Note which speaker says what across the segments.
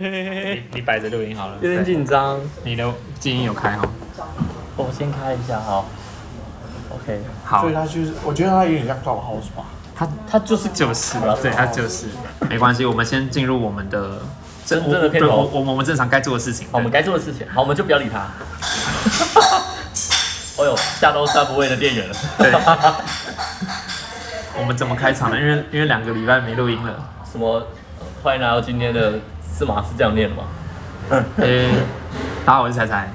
Speaker 1: 你你摆着录音好了。
Speaker 2: 有点
Speaker 1: 对
Speaker 2: 紧张。
Speaker 1: 你的静音有开哦好？
Speaker 2: 我先开一下哈。OK，
Speaker 1: 好
Speaker 3: 所以，他就是，我觉得他有点像 Clubhouse 吧。
Speaker 1: 它
Speaker 2: 它就是
Speaker 1: 就是，对，它就是，没关系，我们先进入我们的
Speaker 2: 真
Speaker 1: 我
Speaker 2: 正的片
Speaker 1: 对我
Speaker 2: 头
Speaker 1: 我我们正常该做的事情。
Speaker 2: 好我们
Speaker 1: 对
Speaker 2: 该做的事情。好，我们就不要理它。 哎呦，吓到三不位的店员了。
Speaker 1: 对我们怎么开场呢？因为因为两个礼拜没录音了，
Speaker 2: 什么？呃欢迎来到今天的司马是这样念的吗？
Speaker 1: 诶，大家好，我是彩彩，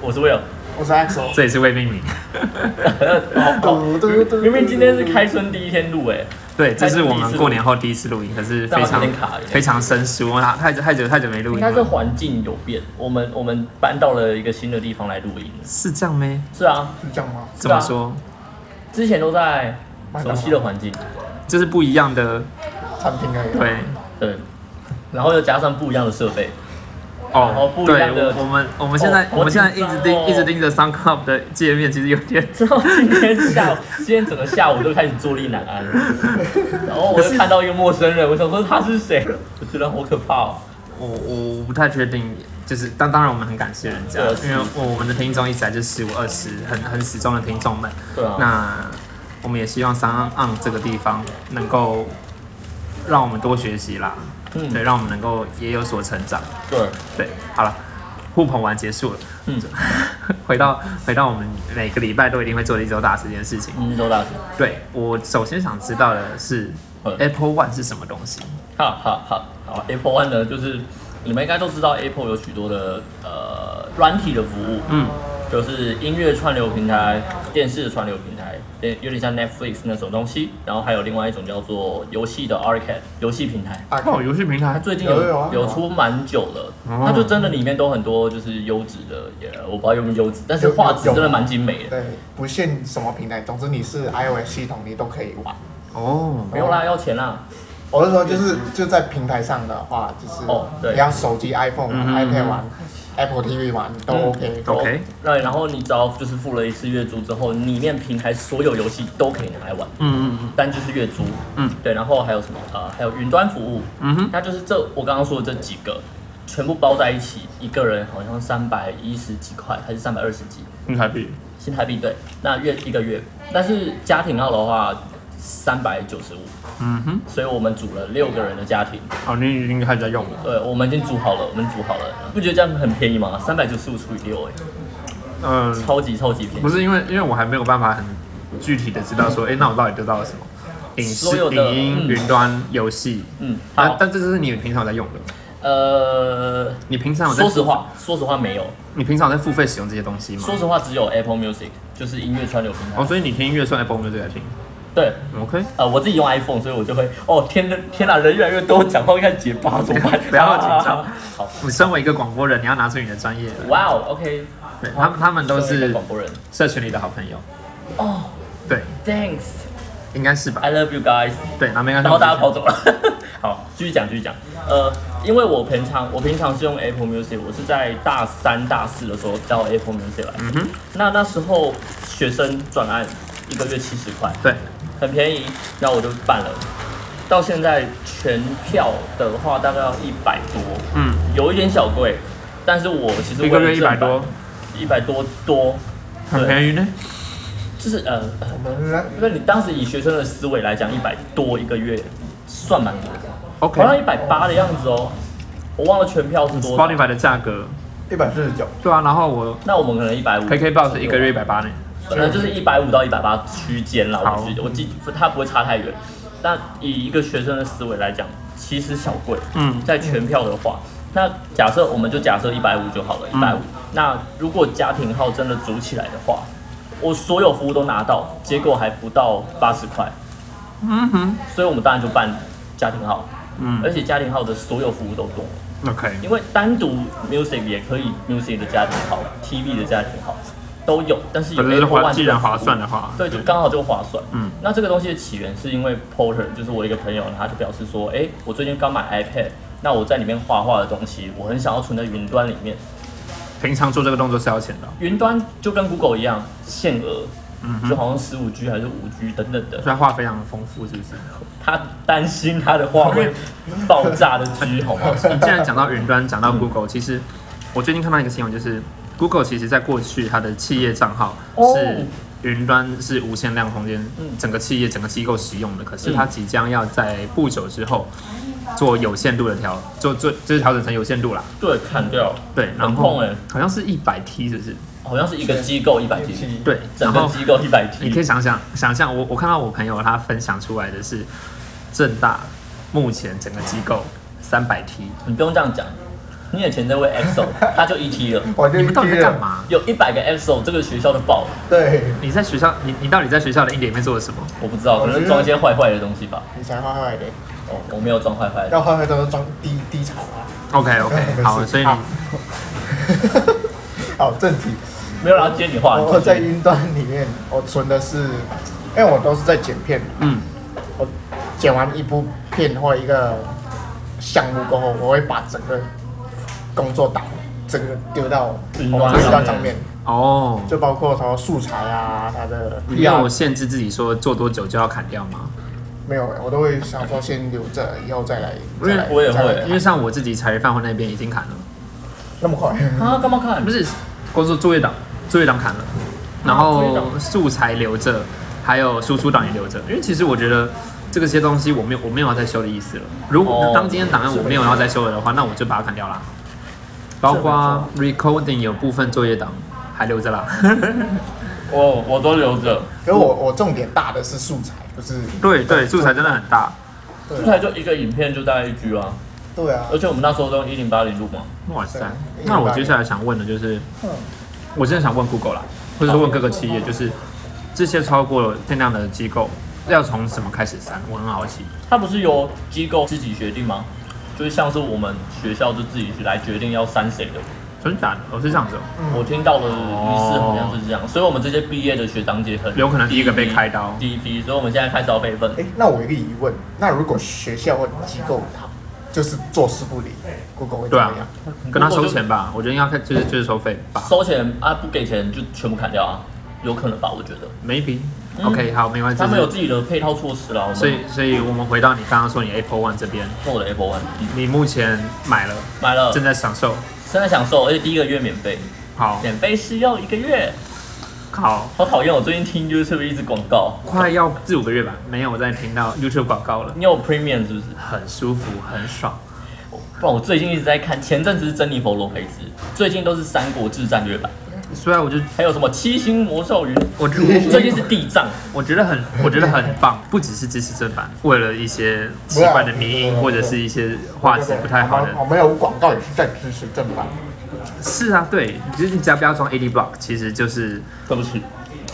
Speaker 2: 我是 Will。呃
Speaker 3: 我是 XO。
Speaker 1: 这里是未命名，
Speaker 3: 嘟嘟嘟
Speaker 2: 明明今天是开春第一天录哎诶，
Speaker 1: 对，这是我
Speaker 2: 第一次
Speaker 1: 们
Speaker 2: 录
Speaker 1: 过年后第一次录音，可是
Speaker 2: 但
Speaker 1: 非
Speaker 2: 我
Speaker 1: 常
Speaker 2: 有点卡有点
Speaker 1: 非常生疏，啊太久太久太久没录
Speaker 2: 应
Speaker 1: 音
Speaker 2: 该是
Speaker 1: 了，
Speaker 2: 环境有变。我们我们搬到了一个新的地方来录音。
Speaker 1: 是这样咩？
Speaker 2: 是啊，
Speaker 3: 是这样吗？
Speaker 1: 怎么说？
Speaker 2: 之前都在
Speaker 3: 麦当
Speaker 2: 熟
Speaker 3: 劳
Speaker 2: 悉的环境，
Speaker 1: 就是不一样的，
Speaker 3: 餐厅啊而已。
Speaker 1: 对，
Speaker 2: 对，然后又加上不一样的设备。
Speaker 1: 哦
Speaker 2: 不，一
Speaker 1: 对，
Speaker 2: 样的
Speaker 1: 我我们我们现在、
Speaker 2: 哦
Speaker 1: 我们现在一
Speaker 2: 好紧
Speaker 1: 直
Speaker 2: 张
Speaker 1: 盯、
Speaker 2: 哦
Speaker 1: 一直盯着 SoundCloud 的界面，其实有点
Speaker 2: 直到今天下午，今天整个下午都开始坐立难安。然后我就看到一个陌生人，我想说他是谁，我觉得好可怕哦。
Speaker 1: 我我不太确定，就是当当然我们很感谢人家，
Speaker 2: 对是
Speaker 1: 因为我们的听众一直来就是十五二十很很始终的听众们，
Speaker 2: 对啊，
Speaker 1: 那我们也希望三岸这个地方能够让我们多学习啦，
Speaker 2: 嗯
Speaker 1: 对，让我们能够也有所成长，
Speaker 2: 对，
Speaker 1: 对，好了，互捧完结束了，
Speaker 2: 嗯，
Speaker 1: 回到回到我们每个礼拜都一定会做的一周大事这件事情，
Speaker 2: 嗯，周大师，
Speaker 1: 对我首先想知道的是
Speaker 2: 嗯
Speaker 1: Apple One 是什么东西？
Speaker 2: 好好好好，Apple One 呢，就是你们应该都知道，Apple 有许多的呃软体的服务，
Speaker 1: 嗯，
Speaker 2: 就是音乐串流平台、电视串流平台，有有点像 Netflix 那种东西。然后还有另外一种叫做游戏的 Arcade 游戏平台，
Speaker 3: 啊，
Speaker 1: 哦，游戏平
Speaker 2: 它
Speaker 1: 台，
Speaker 2: 最近
Speaker 3: 有
Speaker 2: 有
Speaker 3: 有有啊有啊
Speaker 2: 出蛮久了，
Speaker 1: 哦
Speaker 2: 它就真的里面都很多就是优质的，也我不知道有没有优质，但是画质真的蛮精美的。
Speaker 3: 对，不限什么平台，总之你是 iOS 系统，你都可以玩。
Speaker 1: 哦，
Speaker 2: 没有啦，要钱啦。
Speaker 3: 我是说，就是就在平台上的话，就是
Speaker 2: 哦对
Speaker 3: 你要手机 iPhone 玩、
Speaker 1: 嗯
Speaker 3: iPad 玩、Apple TV 玩都
Speaker 2: 嗯
Speaker 3: OK。
Speaker 1: 都 OK
Speaker 2: 那然后你只要就是付了一次月租之后，里面平台所有游戏都可以拿来玩，
Speaker 1: 嗯嗯嗯
Speaker 2: 单就是月租。
Speaker 1: 嗯，
Speaker 2: 对，然后还有什么？呃，还有云端服务，
Speaker 1: 嗯哼。
Speaker 2: 那就是这我刚刚说的这几个全部包在一起，一个人好像三百一十几块还是三百二十几
Speaker 1: 新台币，
Speaker 2: 新台币对，那月一个月，但是家庭号的话三百九十五，
Speaker 1: 嗯哼，
Speaker 2: 所以我们组了六个人的家庭，
Speaker 1: 哦，你已经开始在用了，
Speaker 2: 对，我们已经组好了，我们组好了，不觉得这样很便宜吗？三百九十五除以六，哎，
Speaker 1: 嗯、
Speaker 2: 超级超级便
Speaker 1: 不
Speaker 2: 宜。
Speaker 1: 是因为因为我还没有办法很具体的知道说，哎、那我到底得到了什么？影
Speaker 2: 所
Speaker 1: 视、
Speaker 2: 有的
Speaker 1: 影音、
Speaker 2: 嗯
Speaker 1: 云端、游戏，
Speaker 2: 嗯，
Speaker 1: 但
Speaker 2: 好，
Speaker 1: 但这就是你平常有在用的，
Speaker 2: 呃，
Speaker 1: 你平常有在
Speaker 2: 说实话，说实话没有，
Speaker 1: 你平常有在付费使用这些东西吗？
Speaker 2: 说实话只有 Apple Music，就是音乐串流平
Speaker 1: 哦，
Speaker 2: 台。
Speaker 1: 所以你听音乐算 Apple Music 来听
Speaker 2: 对，
Speaker 1: ，OK？？
Speaker 2: 呃，我自己用 iPhone，所以我就会，哦，天哪，天哪，人越来越多，讲话会开始结巴，怎么办
Speaker 1: 不要紧张
Speaker 2: 啊。好，
Speaker 1: 你身为一个广播人，你要拿出你的专业来，
Speaker 2: 哇哦，OK，
Speaker 1: 对，他们他们都
Speaker 2: 身为一个
Speaker 1: 是
Speaker 2: 广播人。
Speaker 1: 社群里的好朋友，
Speaker 2: 哦
Speaker 1: 对，
Speaker 2: ，Thanks，I
Speaker 1: 应该是吧？
Speaker 2: love you guys。
Speaker 1: 对，那没关系，
Speaker 2: 然后大家跑走了。 好，继续讲，继续讲。呃，因为我平常我平常是用 Apple Music，我是在大三大四的时候到 Apple Music 来。
Speaker 1: 嗯哼，
Speaker 2: 那那时候学生转案一个月七十块，
Speaker 1: 对，
Speaker 2: 很便宜，然后我就办了。到现在全票的话大概要一百多，
Speaker 1: 嗯，
Speaker 2: 有一点小贵，但是我其实
Speaker 1: 一个月一百多，，
Speaker 2: 一百多多，
Speaker 1: 很便宜呢。
Speaker 2: 就是呃，呃
Speaker 3: 我们人
Speaker 2: 因为你当时以学生的思维来讲，一百多一个月算蛮多的。好像一
Speaker 1: OK，Spotify
Speaker 2: 百八的样子哦，我忘了全票是多少。
Speaker 1: 的价格，
Speaker 3: 一百四十九，
Speaker 1: 对啊，然后我
Speaker 2: 那我们可能一百五
Speaker 1: KKBox 一个月一百八呢。
Speaker 2: 本来就是一百五到一百八区间啦，
Speaker 1: 好
Speaker 2: 我记得我记它不会差太远。那以一个学生的思维来讲，其实小贵，
Speaker 1: 嗯
Speaker 2: 在全票的话，那假设我们就假设一百五就好了，
Speaker 1: 嗯
Speaker 2: 一百五。那如果家庭号真的组起来的话，我所有服务都拿到，结果还不到八十块，
Speaker 1: 嗯哼，
Speaker 2: 所以我们当然就办家庭号，
Speaker 1: 嗯
Speaker 2: 而且家庭号的所有服务都多。
Speaker 1: ，OK，
Speaker 2: 因为单独 music 也可以 music 的家庭好，TV 的家庭好都有，但是有
Speaker 1: 可是
Speaker 2: Apple
Speaker 1: 划
Speaker 2: One
Speaker 1: 既然划
Speaker 2: 这个服务
Speaker 1: 算啊的话，
Speaker 2: 对，就刚好就划算。
Speaker 1: 嗯
Speaker 2: 嗯，那这个东西的起源是因为 Porter，就是我一个朋友，他就表示说，哎、我最近刚买 iPad，那我在里面画画的东西，我很想要存在云端里面。
Speaker 1: 平常做这个动作是要钱的。
Speaker 2: 云端就跟 Google 一样，限额，
Speaker 1: 嗯哼
Speaker 2: 就好像十五 G 还是五 G 等等的。
Speaker 1: 所以话非常的丰富，是不是？
Speaker 2: 他担心他的话会爆炸的 G 好吗？
Speaker 1: 你既然讲到云端，讲
Speaker 2: 嗯
Speaker 1: 到 Google，其实我最近看到一个新闻，就是 Google 其实在过去它的企业账号
Speaker 2: 哦
Speaker 1: 是云端是无限量空间
Speaker 2: 嗯，
Speaker 1: 整个企业整个机构使用的，可是
Speaker 2: 嗯
Speaker 1: 它即将要在不久之后做有限度的调，做做就是调整成有限度啦。
Speaker 2: 对，砍掉，
Speaker 1: 对，然
Speaker 2: 很
Speaker 1: 后
Speaker 2: 痛哎，
Speaker 1: 好像是一百 T，是不是？
Speaker 2: 好像是一个机构一百 T，
Speaker 1: 对，然
Speaker 2: 整
Speaker 1: 后
Speaker 2: 个机构一百
Speaker 1: 你可以
Speaker 2: T，
Speaker 1: 想想想象，我我看到我朋友他分享出来的是正大目前整个机构三百 T，
Speaker 2: 你不用这样讲，你以前在为 EXO，他就一 T 了，
Speaker 3: 我就
Speaker 1: 你
Speaker 3: 一
Speaker 1: 们到底在
Speaker 3: 听了
Speaker 1: 干？嘛？
Speaker 2: 有一百个 EXO 这个学校的爆了，
Speaker 3: 对，
Speaker 1: 你在学校，你你到底在学校的硬碟里面做了什么？
Speaker 2: 我不知
Speaker 3: 哦
Speaker 2: 道，可能装一些坏坏的东西吧，
Speaker 3: 你才坏坏的，
Speaker 2: 哦，我没有装坏坏的，
Speaker 3: 要坏坏都是装低低潮啊。
Speaker 1: OK OK，好，所以你
Speaker 3: 好好，正题。
Speaker 2: 没有让他接你话，你
Speaker 3: 我我
Speaker 2: 继续
Speaker 3: 哦在云端里面，我存的是，因为我都是在剪片，
Speaker 1: 嗯，
Speaker 3: 我剪完一部片或一个项目过后，我会把整个工作档整个丢到
Speaker 2: 云
Speaker 3: 我
Speaker 2: 端
Speaker 3: 们的云端
Speaker 2: 上
Speaker 3: 上
Speaker 2: 面
Speaker 3: 面，
Speaker 1: 哦，
Speaker 3: 就包括什么素材啊，它的
Speaker 2: 嗯
Speaker 1: 你有限制自己说做多久就要砍掉吗？
Speaker 3: 没有欸，我都会想说先留着，以后再来。
Speaker 1: 因为
Speaker 3: 再来
Speaker 2: 嗯我也会
Speaker 3: 再来
Speaker 2: 对
Speaker 1: 因为像我自己茶余饭后那边已经砍了，
Speaker 3: 那么 快，
Speaker 2: 啊，干嘛看
Speaker 1: 不？是工作作业档，作业档砍了，然
Speaker 2: 啊作业
Speaker 1: 后
Speaker 2: 档
Speaker 1: 素材留着，还有输出档也留着，因为其实我觉得。这个些东西我没有我没有要再修的意思了。如果、
Speaker 2: 哦
Speaker 1: 当今天档案
Speaker 3: 是
Speaker 1: 我没有要再修了的话，那我就把它砍掉啦。包括 recording 有部分作业档还留着啦。
Speaker 2: 我
Speaker 1: 哦
Speaker 2: 我都留着，
Speaker 3: 因为我我重点大的是素材，不是
Speaker 1: 对对，素材真的很大。
Speaker 3: 对
Speaker 2: 素
Speaker 3: 啊
Speaker 2: 材就一个影片就大概一 G 啊，
Speaker 3: 对啊
Speaker 2: 而，且我们那时候都用一零八零录嘛，
Speaker 1: 哇塞
Speaker 3: 对！
Speaker 1: 那我接下来想问的就是，
Speaker 3: 嗯
Speaker 1: 我真的想问 Google 啦，或者是问各个企业，就是这些超过限量的机构要从什么开始删？我很好奇。
Speaker 2: 它不是由机构自己决定吗？就是像是我们学校就自己来决定要删谁的，
Speaker 1: 真假的？我是这样子哦，
Speaker 3: 嗯
Speaker 2: 我听到的仪式好像是这样，所以我们这些毕业的学长姐很
Speaker 1: 有可能第一个被开刀
Speaker 2: 第一批，所以我们现在开始要备份。
Speaker 3: 哎，那我有一个疑问，那如果学校或机构它就是坐视不理，Google 会怎
Speaker 1: 对
Speaker 3: 么
Speaker 1: 啊
Speaker 3: 样？，
Speaker 1: 跟他收钱吧，我觉得应该开就是就是收费吧
Speaker 2: 收钱啊，不给钱就全部砍掉啊，有可能吧？我觉得
Speaker 1: ，maybe。OK，好，没关系。
Speaker 2: 他们有自己的配套措施啦。我们
Speaker 1: 所以，所以我们回到你刚刚说你 Apple One 这边，
Speaker 2: 做我的 Apple One 嗯
Speaker 1: 你目前买了，
Speaker 2: 买了，
Speaker 1: 正在享受。
Speaker 2: 现在享受，而且第一个月免费，
Speaker 1: 好，
Speaker 2: 免费试用一个月，
Speaker 1: 好，
Speaker 2: 好讨厌！我最近听 YouTube 一直广告，
Speaker 1: 快要四五个月吧，没有再听到 YouTube 广告了，
Speaker 2: 你有 Premium 是不是？
Speaker 1: 很舒服，很爽。
Speaker 2: 不然我最近一直在看，前阵子是珍妮佛罗培兹，最近都是《三国志战略版》，
Speaker 1: 虽然我就
Speaker 2: 还有什么《七星魔 兽云》，
Speaker 1: 我觉
Speaker 2: 最近是地藏，
Speaker 1: 我觉得 很，我觉得很棒，不只是支持正版，为了一些奇
Speaker 2: 啊
Speaker 1: 怪的迷
Speaker 2: 嗯
Speaker 1: 因或者是一些画质不太好
Speaker 3: 我
Speaker 1: 的
Speaker 3: 们，我们有广告也是在支持正版。
Speaker 2: 嗯
Speaker 1: 是啊，对，你就是你只要不要装 AD Block，其实就是
Speaker 2: 对不起，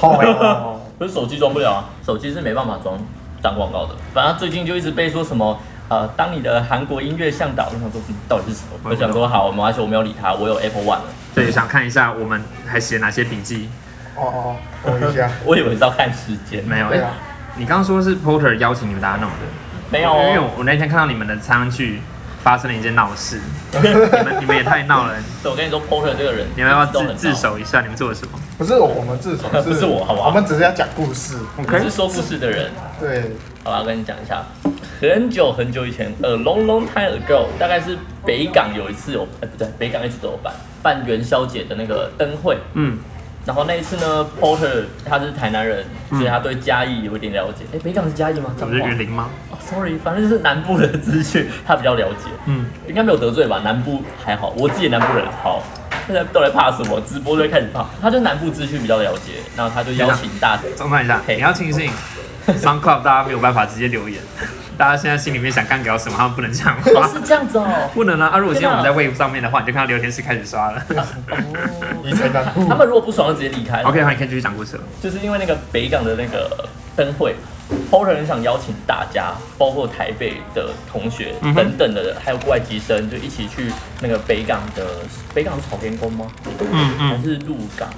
Speaker 3: 哦，
Speaker 2: 可是手机装不了啊，手机是没办法装当广告的。反正最近就一直被说什么。呃，当你的韩国音乐向导，我想说，嗯，到底是什么？
Speaker 1: 我
Speaker 2: 我想说，好，没关系，我没有理他，我有 Apple One 了。
Speaker 1: 对，想看一下我们还写哪些笔记
Speaker 3: 哦哦，等一下，
Speaker 2: 我以为是要看时间，
Speaker 1: 没有？
Speaker 3: 对
Speaker 1: 哎
Speaker 3: 啊，
Speaker 1: 你刚刚说是 Porter 邀请你们大家弄的，
Speaker 2: 没有
Speaker 1: 因为
Speaker 2: 哦。
Speaker 1: 我我那天看到你们的餐具发生了一件闹 事，你们你们也太闹了，
Speaker 2: 所以我跟你说，Porter 这个人，
Speaker 1: 你们要
Speaker 2: 一直
Speaker 1: 不
Speaker 2: 都
Speaker 1: 要
Speaker 2: 很
Speaker 1: 自自
Speaker 2: 闹
Speaker 1: 首一下？你们做了什么
Speaker 3: 不是我们自首，
Speaker 2: 不是我好不好
Speaker 3: 我们只是要讲故事。
Speaker 2: 你是说故事的人，
Speaker 3: 对，
Speaker 2: 好吧，我跟你讲一下，很久很久以前，呃，long long time ago，大概是北港有一次有，哎、不对，北港一直都有办办元宵节的那个灯会，
Speaker 1: 嗯，
Speaker 2: 然后那一次呢，Porter 他是台南人，
Speaker 1: 嗯
Speaker 2: 所以他对嘉义有一点了解。哎、北港是嘉义吗？
Speaker 1: 这不是云林吗？
Speaker 2: 哦，sorry，反正就是南部的资讯他比较了解，
Speaker 1: 嗯，
Speaker 2: 应该没有得罪吧？南部还好，我自己南部人好。现在到底怕什么？直播就会开始怕。他对南部资讯比较了解，然后他就邀请大家
Speaker 1: 中断一下，
Speaker 2: 嘿
Speaker 1: 你要庆幸，Sun Club 大家没有办法直接留言， 大家现在心里面想干掉什么，他们不能讲
Speaker 2: 哦
Speaker 1: 话
Speaker 2: 是，这样子哦。
Speaker 1: 不能啊。啊，如果今天我们在
Speaker 2: 真
Speaker 1: Wave 上面的话，你就看到聊天室开始刷了。
Speaker 3: 以前的
Speaker 2: 他们如果不爽就直接 离开了。
Speaker 1: OK，好，你可以继续讲故事了。
Speaker 2: 就是因为那个北港的那个灯会 p o r t e 很想邀请大家，包括台北的同学
Speaker 1: 嗯哼
Speaker 2: 等等的，还有外籍生，就一起去那个北港的北港是草天宫吗？
Speaker 1: 嗯
Speaker 2: 还
Speaker 1: 嗯，
Speaker 2: 是鹿港？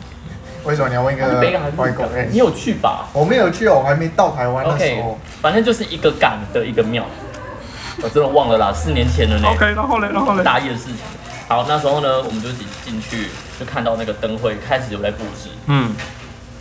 Speaker 3: 为什么你要问一
Speaker 2: 还是
Speaker 3: 个
Speaker 2: 北港还是
Speaker 3: 呃外
Speaker 2: 鹿
Speaker 3: 国
Speaker 2: 港？
Speaker 3: 人
Speaker 2: 你？有去吧
Speaker 3: 我没有去，我还没到台湾的时
Speaker 2: ？OK，
Speaker 3: 候。
Speaker 2: 反正就是一个港的一个庙，我真的忘了啦，四年前了呢。
Speaker 1: OK，然后嘞，然后嘞，
Speaker 2: 大一的事情。好，那时候呢，我们就一起进去，就看到那个灯会开始有在布置，
Speaker 1: 嗯，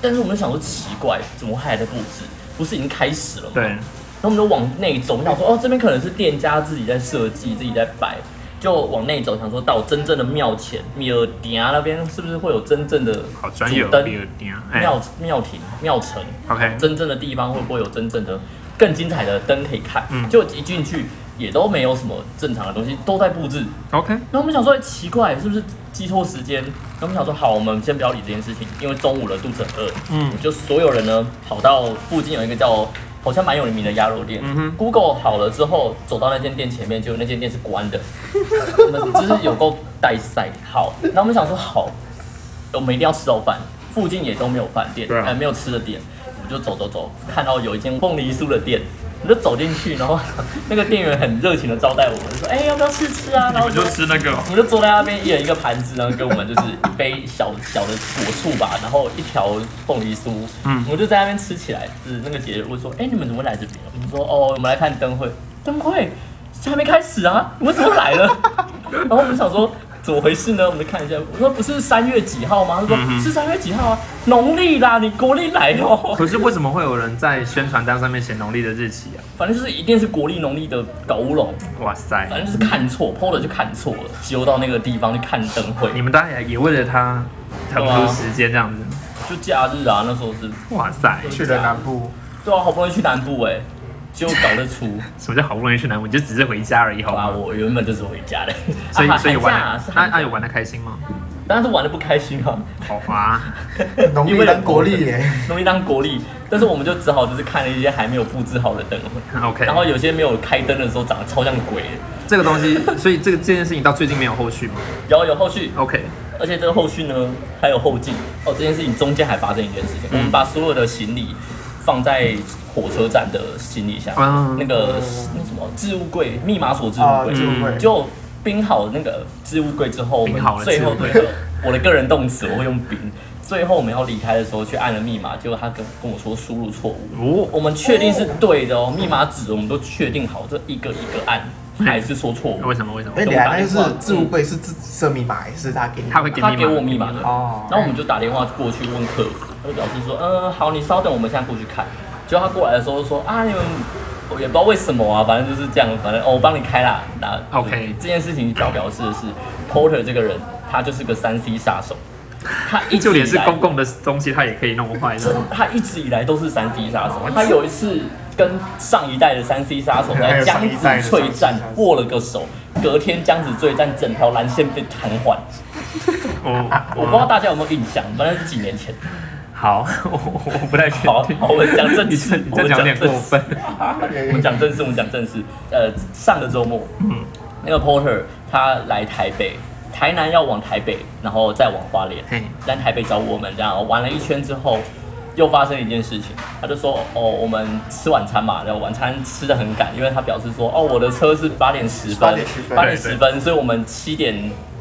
Speaker 2: 但是我们就想说奇怪，怎么还在布置？不是已经开始了吗？
Speaker 1: 对，
Speaker 2: 然后我们就往内走，我们想说哦，这边可能是店家自己在设计，自己在摆，就往内走，想说到真正的庙前庙顶啊那边是不是会有真正的
Speaker 1: 好专业
Speaker 2: 主
Speaker 1: 哦，
Speaker 2: 灯
Speaker 1: 比尔丁啊，哎
Speaker 2: 庙庙庭庙城？
Speaker 1: ，OK，
Speaker 2: 真正的地方会不会有真正的更精彩的灯可以看？
Speaker 1: 嗯
Speaker 2: 就一进去也都没有什么正常的东西，都在布置。
Speaker 1: OK，
Speaker 2: 然后我们想说，哎奇怪，是不是记错时间？然后我们想说，好，我们先不要理这件事情，因为中午了，肚子很饿。
Speaker 1: 嗯
Speaker 2: 就所有人呢跑到附近有一个叫好像蛮有名的鸭肉店、
Speaker 1: 嗯哼
Speaker 2: g o o g l e 好了之后走到那间店前面，结果那间店是 关的，我们就是有够带塞。好，那我们想说好，我们一定要吃到饭，附近也都没有饭店，
Speaker 1: 对啊
Speaker 2: 呃没有吃的店，我们就走走走，看到有一间凤梨酥的店。我们就走进去，然后 那个店员很热情的招待我们，说：“哎、要不要试吃啊？”然后
Speaker 1: 我就吃那个哦
Speaker 2: 我们就坐在那边，一人一个盘子，然后给我们就是一杯小小的果醋吧，然后一条凤梨酥，
Speaker 1: 嗯
Speaker 2: 我们就在那边吃起来。就是那个姐姐问说：“哎、你们怎么来这边？”我们说：“哦，我们来看灯会。”灯会还没开始啊，你们怎么来了？ 然后我们想说。怎么回事呢？我们看一下，我说不是三月几号吗？他说、
Speaker 1: 嗯哼
Speaker 2: 是三月几号啊，农历啦，你国历来哦。
Speaker 1: 可是为什么会有人在宣传单上面写农历的日期啊？
Speaker 2: 反正就是一定是国历农历的搞乌龙，
Speaker 1: 哇塞，
Speaker 2: 反正就是看错，PO 了就看错了，揪到那个地方去看灯会，
Speaker 1: 你们当然也为了他腾
Speaker 2: 对啊
Speaker 1: 出时间这样子，
Speaker 2: 就假日啊，那时候是
Speaker 1: 哇塞，
Speaker 3: 去了南部，
Speaker 2: 对啊，好不容易去南部哎、结果搞得出，
Speaker 1: 什么叫好不容易去南部？你就只是回家而已，好
Speaker 2: 好吧，
Speaker 1: 吗？
Speaker 2: 我原本就是回家的，
Speaker 1: 所以
Speaker 2: 啊
Speaker 1: 所以
Speaker 2: 寒假
Speaker 1: 玩
Speaker 2: 啊
Speaker 1: 得
Speaker 2: 是
Speaker 1: 那
Speaker 2: 寒
Speaker 1: 那
Speaker 2: 假，
Speaker 1: 有玩的开心吗？
Speaker 2: 但是玩的不开 心啊，
Speaker 1: 好啊，
Speaker 3: 农历跟 国历耶，
Speaker 2: 容易当国力，但是我们就只好就是看了一些还没有布置好的灯会，
Speaker 1: OK，
Speaker 2: 然后有些没有开灯的时候长得超像鬼的，
Speaker 1: 这个东西，所以这个这件事情到最近没有后续吗
Speaker 2: 然后有后续，
Speaker 1: ？OK，
Speaker 2: 而且这个后续呢还有后劲哦，这件事情中间还发生一件事情，我
Speaker 1: 嗯
Speaker 2: 们把所有的行李放在火车站的行李箱，
Speaker 1: 嗯
Speaker 2: 那个那什么置物柜密码锁置
Speaker 3: 啊，
Speaker 2: 物
Speaker 3: 就
Speaker 2: 柜。
Speaker 1: 嗯
Speaker 3: 会
Speaker 2: 就冰好那个置物柜之后，我们
Speaker 1: 冰好了
Speaker 2: 最后
Speaker 1: 置物柜
Speaker 2: 对了我的个人动词我会用冰。最后我们要离开的时候去按了密码，结果他跟跟我说输入错误。我
Speaker 1: 哦，
Speaker 2: 们确定是对的哦，密码纸我们都确定好，这一个一个按，还是说错误。
Speaker 1: 为什么为什么
Speaker 3: 哎，？你还那就是置物
Speaker 2: 嗯
Speaker 3: 柜是自己设密码还是他给你？
Speaker 1: 他会给
Speaker 2: 他给我
Speaker 1: 密
Speaker 2: 密
Speaker 1: 码
Speaker 2: 码的，
Speaker 3: 哦
Speaker 2: 然后我们就打电话过去问客服，那个表示说，嗯，好，你稍等，我们现在过去看。结果他过来的时候就说，啊，你们我也不知道为什么啊，反正就是这样，反正哦，我帮你开啦。那
Speaker 1: OK
Speaker 2: 这件事情表表示的是，Porter 这个人，他就是个三 C 杀手，他一
Speaker 1: 就
Speaker 2: 直以
Speaker 1: 连是
Speaker 2: 来
Speaker 1: 公共的东西，他也可以弄坏
Speaker 2: 真
Speaker 1: 的
Speaker 2: 的。他一直以来都是三 C 杀手。他有一次跟上一代的三 C 杀手
Speaker 3: 还
Speaker 2: 在
Speaker 3: 有
Speaker 2: 江
Speaker 3: 上一
Speaker 2: 子
Speaker 3: 代的
Speaker 2: 翠
Speaker 3: 三
Speaker 2: 站
Speaker 3: C 杀手
Speaker 2: 握了个手，隔天江子翠站整条蓝线被瘫痪。
Speaker 1: 哦，
Speaker 2: 我不知道大家有没有印象，反正是几年前。
Speaker 1: 好， 我我不太确
Speaker 2: 好
Speaker 1: 定。
Speaker 2: 好，我们讲正
Speaker 1: 你
Speaker 2: 事
Speaker 1: 这，你
Speaker 2: 我
Speaker 1: 这
Speaker 2: 们
Speaker 1: 讲有
Speaker 2: 正
Speaker 1: 点
Speaker 2: 事
Speaker 1: 过分。
Speaker 2: 我们讲正事，我们讲正事。呃，上个周末，
Speaker 1: 嗯
Speaker 2: 那个 Porter 他来台北，台南要往台北，然后再往花莲
Speaker 1: 嘿，
Speaker 2: 来台北找我们，这样玩了一圈之后，又发生一件事情，他就说哦，我们吃晚餐嘛，然后晚餐吃的很赶，因为他表示说哦，我的车是八点十分，
Speaker 3: 8点10分
Speaker 2: 八点十分，所以我们七点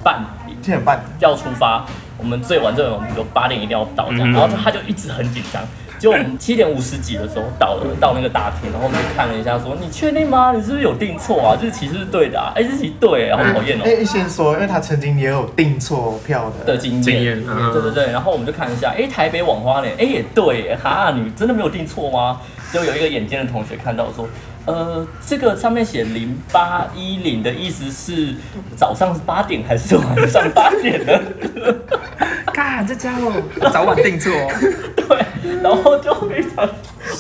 Speaker 2: 半
Speaker 3: 七点半，
Speaker 2: 要出发，我们最晚最晚我们就八点一定要到这样，
Speaker 1: 嗯
Speaker 2: 然后他就一直很紧张。结果我们七点五十几的时候到了，到那个大厅，然后我们就看了一下说，你确定吗？你是不是有订错啊？日期是不是对的啊？哎、日期对、好讨厌哦。
Speaker 3: 哎，先说，因为他曾经也有订错票
Speaker 2: 的
Speaker 3: 的，
Speaker 2: 经验，
Speaker 1: 经验嗯
Speaker 2: 对对对，然后我们就看一下，哎，台北网花莲，哎也对，哈，你真的没有订错吗？就有一个眼尖的同学看到说，呃，这个上面写零八一零的意思是早上八点还是晚上八点呢？
Speaker 1: 看这家伙早晚定错哦。
Speaker 2: 对，然后就非常，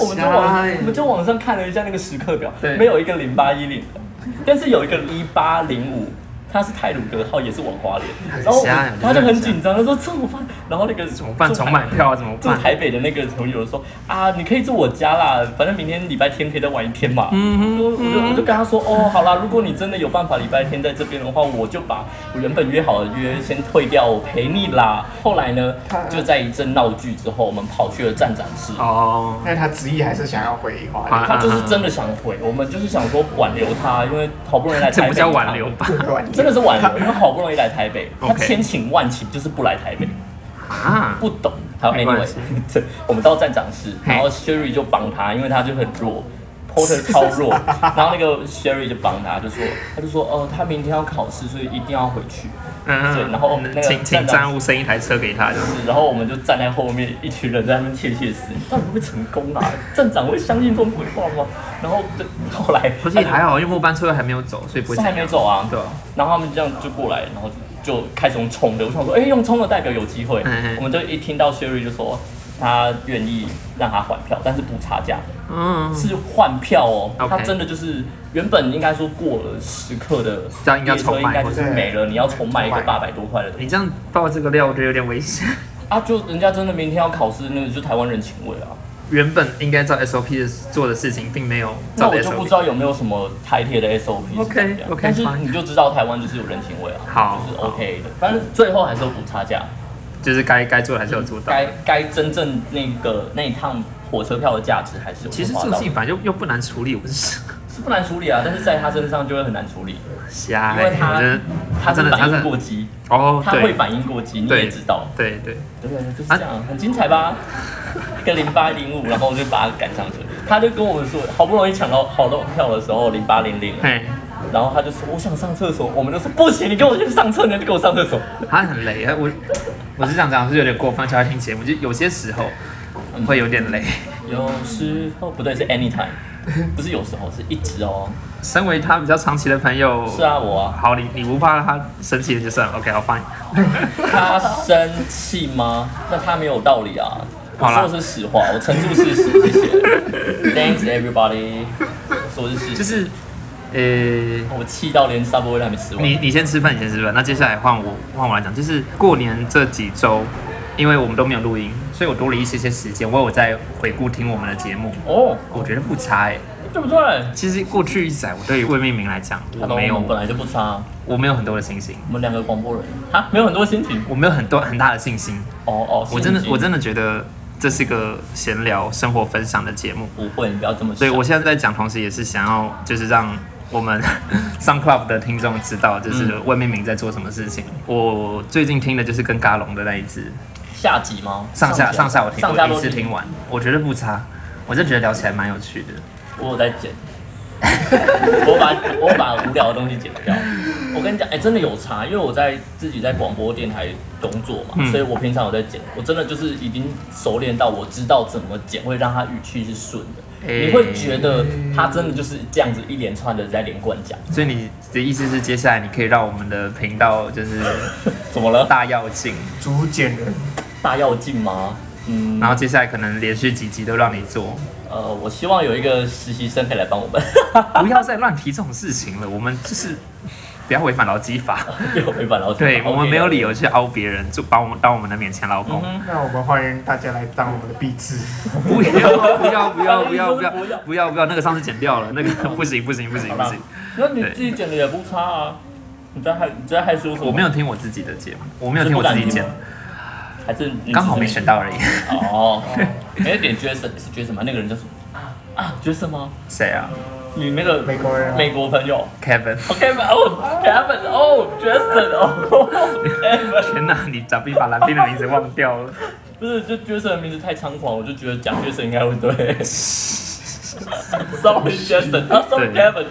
Speaker 2: 我们就往
Speaker 1: 瞎欸
Speaker 2: 我们就往上看了一下那个时刻表，
Speaker 1: 对
Speaker 2: 没有一个零八一零的，但是有一个一八零五。它是泰鲁格号，也是往花莲，然后我
Speaker 1: 瞎
Speaker 2: 们
Speaker 1: 欸
Speaker 2: 他就
Speaker 1: 真的
Speaker 2: 很
Speaker 1: 很瞎
Speaker 2: 紧张，他说这怎么办？然后那个怎
Speaker 1: 怎么办？重买票啊？怎么
Speaker 2: 住
Speaker 1: 办？
Speaker 2: 台北的那个朋友说啊，你可以住我家啦，反正明天礼拜天可以再玩一天嘛。
Speaker 1: 嗯
Speaker 2: 我就我就跟他说哦，好啦，如果你真的有办法礼拜天在这边的话，我就把我原本约好的约先退掉，我陪你啦。后来呢，就在一阵闹剧之后，我们跑去了站长室。
Speaker 1: 哦
Speaker 3: 因，为他执意还是想要回花
Speaker 1: 啊
Speaker 3: 莲，
Speaker 2: 他就是真的想回，我们就是想说挽留他，因为好不容易来
Speaker 1: 这
Speaker 2: 台北，
Speaker 1: 不叫挽留，吧？
Speaker 2: 真的是挽留，因为好不容易来台北，他
Speaker 1: OK
Speaker 2: 千请万请就是不来台北。
Speaker 1: 啊，
Speaker 2: 不懂。好
Speaker 1: 没关
Speaker 2: ，anyway，
Speaker 1: 系
Speaker 2: 这我们到站长室，
Speaker 1: 嘿
Speaker 2: 然后 Sherry 就帮他，因为他就很弱。后腿 超弱，然后那个 Sherry 就帮他，就说他就说哦，他明天要考试，所以一定要回去。对
Speaker 1: 嗯，
Speaker 2: 然后我们那个
Speaker 1: 请请
Speaker 2: 站长
Speaker 1: 站务生一台车给他，就是
Speaker 2: 然后我们就站在后面，一群人在那边窃窃私语，到底会不会成功啊？ 站长会相信这种鬼话吗？然后就后来
Speaker 1: 不是也还好，因为末班车还没有走，所以不会
Speaker 2: 是还没
Speaker 1: 怎样
Speaker 2: 走啊，
Speaker 1: 对啊，
Speaker 2: 然后他们这样就过来，然后就开始用冲的。我想说，哎、用冲的代表有机会。
Speaker 1: 嗯嗯
Speaker 2: 我们就一听到 Sherry 就说他愿意让他换票，但是不差价，
Speaker 1: 嗯，
Speaker 2: 是换票哦。
Speaker 1: OK
Speaker 2: 他真的就是原本应该说过了时刻的列车，
Speaker 1: 这样应该重买
Speaker 2: 应该就是没了，你要重买一个
Speaker 3: 重买
Speaker 2: 八百多块的东西
Speaker 1: 你这样爆这个料，我觉得有点危险。
Speaker 2: 啊！就人家真的明天要考试，那个就台湾人情味啊。
Speaker 1: 原本应该照 SOP 的做的事情，并没有
Speaker 2: 那
Speaker 1: 照着
Speaker 2: 我就不知
Speaker 1: SOP。
Speaker 2: 道有没有什么台铁的 SOP 是
Speaker 1: OK，
Speaker 2: 怎么样
Speaker 1: OK，
Speaker 2: 但是
Speaker 1: fine
Speaker 2: 你就知道台湾就是有人情味啊，
Speaker 1: 好
Speaker 2: 就是
Speaker 1: 好
Speaker 2: OK 的，反正最后还是有补差价，
Speaker 1: 就是该该做的还是有做到。
Speaker 2: 嗯该该真正那个那一趟火车票的价值还是有
Speaker 1: 其实
Speaker 2: 花
Speaker 1: 这种
Speaker 2: 到
Speaker 1: 事情本来就又不难处理，我是
Speaker 2: 是不难处理啊，但是在他身上就会很难处理，
Speaker 1: 瞎
Speaker 2: 因
Speaker 1: 欸，
Speaker 2: 为
Speaker 1: 我
Speaker 2: 他
Speaker 1: 觉得
Speaker 2: 他
Speaker 1: 真的
Speaker 2: 是
Speaker 1: 他
Speaker 2: 反应
Speaker 1: 真
Speaker 2: 过
Speaker 1: 的
Speaker 2: 激，
Speaker 1: 哦，
Speaker 2: 他会
Speaker 1: 对
Speaker 2: 反应过激，你
Speaker 1: 对
Speaker 2: 也知道，
Speaker 1: 对对，
Speaker 2: 对对，就是这
Speaker 1: 啊
Speaker 2: 样，很精彩吧？一个零八零五，然后我就把他赶上去，他就跟我们说，好不容易抢到好多票的时候，零八零零，
Speaker 1: 嘿，
Speaker 2: 然后他就说我想上厕所，我们就说不行，你跟我去上厕，你就给我上厕所。
Speaker 1: 他很累啊，我我是想讲是有点过分，叫他听节目，就有些时候会有点累。
Speaker 2: 嗯有时候不对，是 anytime，不是有时候，是一直哦。
Speaker 1: 身为他比较长期的朋友，
Speaker 2: 是啊，我啊，
Speaker 1: 好，你你不怕他生气就算了，OK，好 fine。
Speaker 2: 他生气吗？那他没有道理啊。我
Speaker 1: 好啦
Speaker 2: 说的是实话，我陈述事实，谢谢。Thanks everybody，我说的是
Speaker 1: 就
Speaker 2: 事实。
Speaker 1: 是，呃，
Speaker 2: 我气到连 Subway 都还没吃完。
Speaker 1: 你你先吃饭，你先吃饭。那接下来换我换我来讲，就是过年这几周，因为我们都没有录音，所以我多了一些些时间，我有在回顾听我们的节目，
Speaker 2: 哦，
Speaker 1: 我觉得不差哎、
Speaker 2: 对不对？
Speaker 1: 其实过去一载，我对于未命名来讲，我
Speaker 2: 他们
Speaker 1: 没
Speaker 2: 我们本
Speaker 1: 有
Speaker 2: 来就不差，啊
Speaker 1: 我没有很多的信心，
Speaker 2: 我们两个广播人啊，没有很多心情。
Speaker 1: 我没有很多很大的信心。
Speaker 2: 哦哦，
Speaker 1: 我真的
Speaker 2: 心情
Speaker 1: 我真的觉得这是个闲聊生活分享的节目，
Speaker 2: 不会，你不要这么想。
Speaker 1: 所以我现在在讲，同时也是想要就是让我们 上 club 的听众知道，就是
Speaker 2: 嗯
Speaker 1: 未命名在做什么事情。我最近听的就是跟嘎龙的那一支。
Speaker 2: 下集吗？
Speaker 1: 上下上下我听，
Speaker 2: 上下
Speaker 1: 我
Speaker 2: 都
Speaker 1: 一次听完，我觉得不差，我就觉得聊起来蛮有趣的。
Speaker 2: 我有在剪， 我把我把无聊的东西剪掉。我跟你讲，哎、真的有差，因为我在自己在广播电台工作嘛，
Speaker 1: 嗯
Speaker 2: 所以我平常有在剪，我真的就是已经熟练到我知道怎么剪，会让它语气是顺的。
Speaker 1: 哎
Speaker 2: 你会觉得他真的就是这样子一连串的在连贯讲，
Speaker 1: 所以你的意思是，接下来你可以让我们的频道 就是
Speaker 2: 怎么了？
Speaker 1: 大跃进，
Speaker 3: 竹简人，
Speaker 2: 大要进吗？嗯，
Speaker 1: 然后接下来可能连续几集都让你做，
Speaker 2: 呃，我希望有一个实习生可以来帮我们，
Speaker 1: 不要再乱提这种事情了。我们就是不要违反劳基 法，
Speaker 2: 又违反老师。
Speaker 1: 对我们没有理
Speaker 2: 由。
Speaker 1: 由去凹别人，就把我们当我们的免钱劳工。
Speaker 3: 那我们欢迎大家来当我们的壁纸。
Speaker 1: 不要不要不要不要不要不要不要，那个上次剪掉了，那 个不行不行不行不行，
Speaker 2: 那你自己剪的也不差啊，你在害你在害羞什么？
Speaker 1: 我没有听我自己的节目，我没有听我自己剪，
Speaker 2: 还是你
Speaker 1: 刚好没选到而已。
Speaker 2: 哦。哎，点 Jason 是 Jason 吗？那个人叫什么啊？Jason 吗？
Speaker 1: 谁啊
Speaker 2: 你那个
Speaker 3: 美国人啊
Speaker 2: 美国朋友
Speaker 1: ？Kevin。
Speaker 2: ？OK 吧？哦，Kevin 哦，Jason 哦，Kevin
Speaker 1: 天哪，你咋必把蓝冰的名字忘掉了？
Speaker 2: 不是，就 Jason 的名字太猖狂，我就觉得讲 Jason 应该会 对。Sorry Jason，啊，Sorry
Speaker 1: 对
Speaker 2: Kevin。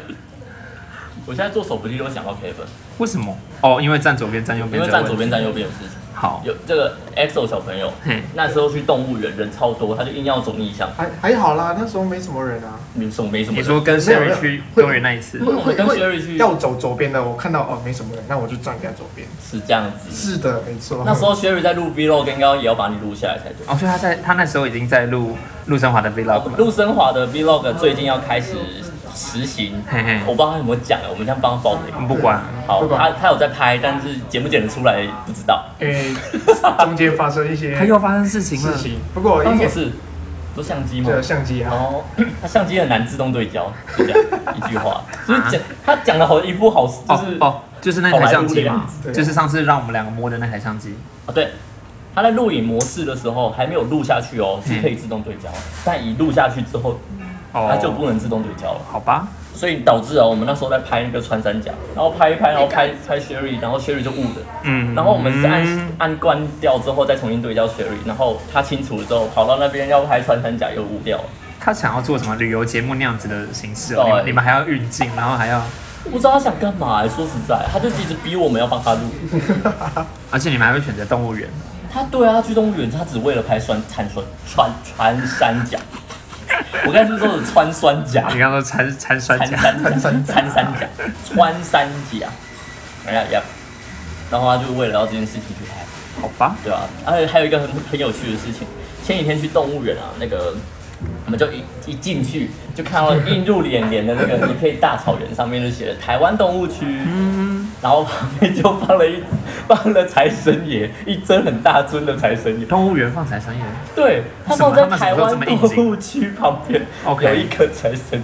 Speaker 2: 我现在做手不利都想到 Kevin，
Speaker 1: 为什么？哦，因为站左边站右
Speaker 2: 因
Speaker 1: 边
Speaker 2: 为
Speaker 1: 这个问题，
Speaker 2: 站左边站右边有事情。
Speaker 1: 好，
Speaker 2: 有这个 EXO 小朋友
Speaker 1: 嘿，
Speaker 2: 那时候去动物园人超多，他就硬要走逆向，
Speaker 3: 还还好啦，那时候没什么人啊。
Speaker 2: 没什么没什么
Speaker 1: 你
Speaker 2: 人。
Speaker 1: 说跟
Speaker 3: 没有没有
Speaker 1: Sherry 去
Speaker 3: 会
Speaker 1: 公园那一次，
Speaker 2: 会我们跟 Sherry 去
Speaker 3: 要走左边的，我看到哦没什么人，那我就站在左边。
Speaker 2: 是这样子。
Speaker 3: 是的，没错。
Speaker 2: 那时候 Sherry 在录 Vlog，刚刚也要把你录下来才对。
Speaker 1: 哦，所以他在他那时候已经在录陆生华的 vlog 了。
Speaker 2: 陆生华的 Vlog 最近要开始实行，
Speaker 1: 嘿嘿嗯
Speaker 2: 我不知道他有没有讲，啊我们先帮他报名。
Speaker 1: 哦不管，
Speaker 2: 好，
Speaker 3: 不管
Speaker 2: 他他有在拍，但是剪不剪得出来不知 道。
Speaker 3: 诶，中间发生一些
Speaker 1: 他又发生事情了
Speaker 3: 事。情，不过
Speaker 2: 当
Speaker 3: 应
Speaker 2: 时
Speaker 3: 该
Speaker 2: 是说相机吗？
Speaker 3: 这相机
Speaker 2: 然
Speaker 3: 啊，
Speaker 2: 后他相机很难自动对焦，就这样一 句话，就是讲他讲的好一副好就
Speaker 1: 哦
Speaker 2: 是
Speaker 1: 哦，就是那台相机
Speaker 2: 好莱坞的
Speaker 1: 嘛
Speaker 2: 样，
Speaker 3: 对
Speaker 1: 就是上次让我们两个摸的那台相机。
Speaker 2: 啊，对，它在录影模式的时候还没有录下去哦，是可以自动对焦，但一录下去之后，
Speaker 1: 嗯哦，
Speaker 2: 它就不能自动对焦了，
Speaker 1: 好吧。
Speaker 2: 所以导致哦，我们那时候在拍那个穿山甲，然后拍一拍，然后拍拍 Sherry，然后 Sherry 就误了，
Speaker 1: 哎嗯。
Speaker 2: 然后我们是按、
Speaker 1: 嗯
Speaker 2: 按关掉之后再重新对焦 Sherry，然后他清楚了之后跑到那边要拍穿山甲又误掉了，
Speaker 1: 他想要做什么旅游节目那样子的形式哦，
Speaker 2: 对
Speaker 1: 你们你们还要运镜，然后还要，
Speaker 2: 我不知道他想干嘛、欸说实在，他就一直逼我们要帮他录。
Speaker 1: 而且你们还会选择动物 园，
Speaker 2: 他对啊，他去动物园，他只为了拍酸碳酸穿穿山甲。我刚才是不是说的穿山甲
Speaker 1: 你？刚刚说参参酸
Speaker 2: 穿
Speaker 1: 甲，
Speaker 2: 山甲，穿山甲，穿山甲。哎呀呀！然后他就为了要这件事情去拍。
Speaker 1: 好吧，
Speaker 2: 对啊，而且还有一个很很有趣的事情，前几天去动物园啊，那个我们就一一进去就看到映入眼帘的那 个一片大草原，上面就写着台湾动物区，嗯然后旁边就放了一放了财神爷，一尊很大尊的财神爷，
Speaker 1: 动物园放财神爷，
Speaker 2: 对他
Speaker 1: 什么
Speaker 2: 放在
Speaker 1: 他们什
Speaker 2: 台
Speaker 1: 么时候
Speaker 2: 湾
Speaker 1: 这么应景
Speaker 2: 动物区旁边
Speaker 1: OK
Speaker 2: 有一个财神爷，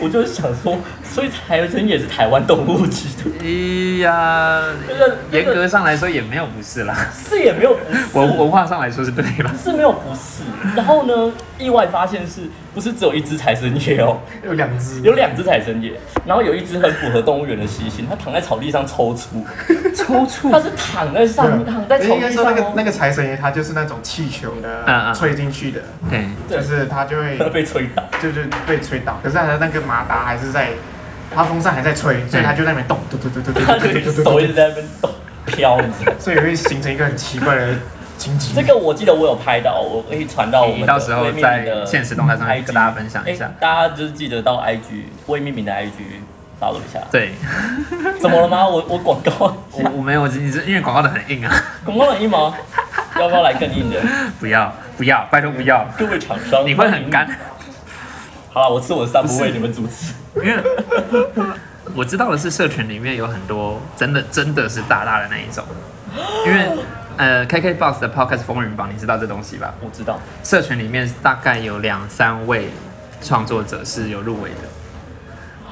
Speaker 2: 我就想说，所以财神爷是台湾动物区的，
Speaker 1: 哎呀，
Speaker 2: 那个那
Speaker 1: 严
Speaker 2: 个
Speaker 1: 格上来说也没有不是 啦，
Speaker 2: 是也没有不是
Speaker 1: 文文化上来说是对了，
Speaker 2: 是没有不是，然后呢，意外发现是不是只有一只财神爷哦？
Speaker 3: 有两
Speaker 1: 嗯
Speaker 3: 只，
Speaker 2: 有两只财神爷，然后有一只很符合动物园的习性，它躺在草地上抽搐，
Speaker 1: 抽搐
Speaker 2: 它是躺在上面，躺在草地
Speaker 3: 应该说
Speaker 2: 上
Speaker 3: 哎那个那
Speaker 2: 哦，
Speaker 3: 个财神爷他就是那种气球
Speaker 1: 嗯嗯
Speaker 3: 的吹进去的，
Speaker 1: 对，
Speaker 2: 对
Speaker 3: 就是他就会
Speaker 2: 它被吹倒。
Speaker 3: 就是被吹倒，可是他的那个马达还是在，他风扇还在吹，所以他就在那边动，嘟嘟嘟嘟嘟
Speaker 2: 它
Speaker 3: 嘟
Speaker 2: 就
Speaker 3: 嘟嘟
Speaker 2: 手
Speaker 3: 嘟
Speaker 2: 一直在那边动飘，你知道吗？
Speaker 3: 所以会形成一个很奇怪的情景。
Speaker 2: 这个我记得我有拍到，我可以传到我们
Speaker 1: 你
Speaker 2: 的
Speaker 1: 到时候
Speaker 2: 微命名
Speaker 1: 在
Speaker 2: 的
Speaker 1: 现实动态上面
Speaker 2: IG
Speaker 1: 跟大家分享一下
Speaker 2: 哎，大家就是记得到 IG 未命名的 IG 发我一下。
Speaker 1: 对，
Speaker 2: 怎么 了吗？我我广告
Speaker 1: 我我没有，我只你是因为广告的很硬啊，
Speaker 2: 广告很硬吗？要不要来更硬的？
Speaker 1: 不要不要，拜托不要，
Speaker 2: 各位厂商，
Speaker 1: 你会很干。
Speaker 2: 好了，我吃我的三不
Speaker 1: 不
Speaker 2: 为
Speaker 1: 是
Speaker 2: 你们 主持。
Speaker 1: 因为我知道的是，社群里面有很多真的真的是大大的那一种，因为呃，KKBOX 的 Podcast 风云榜，你知道这东西吧？
Speaker 2: 我知道，
Speaker 1: 社群里面大概有两三位创作者是有入围的，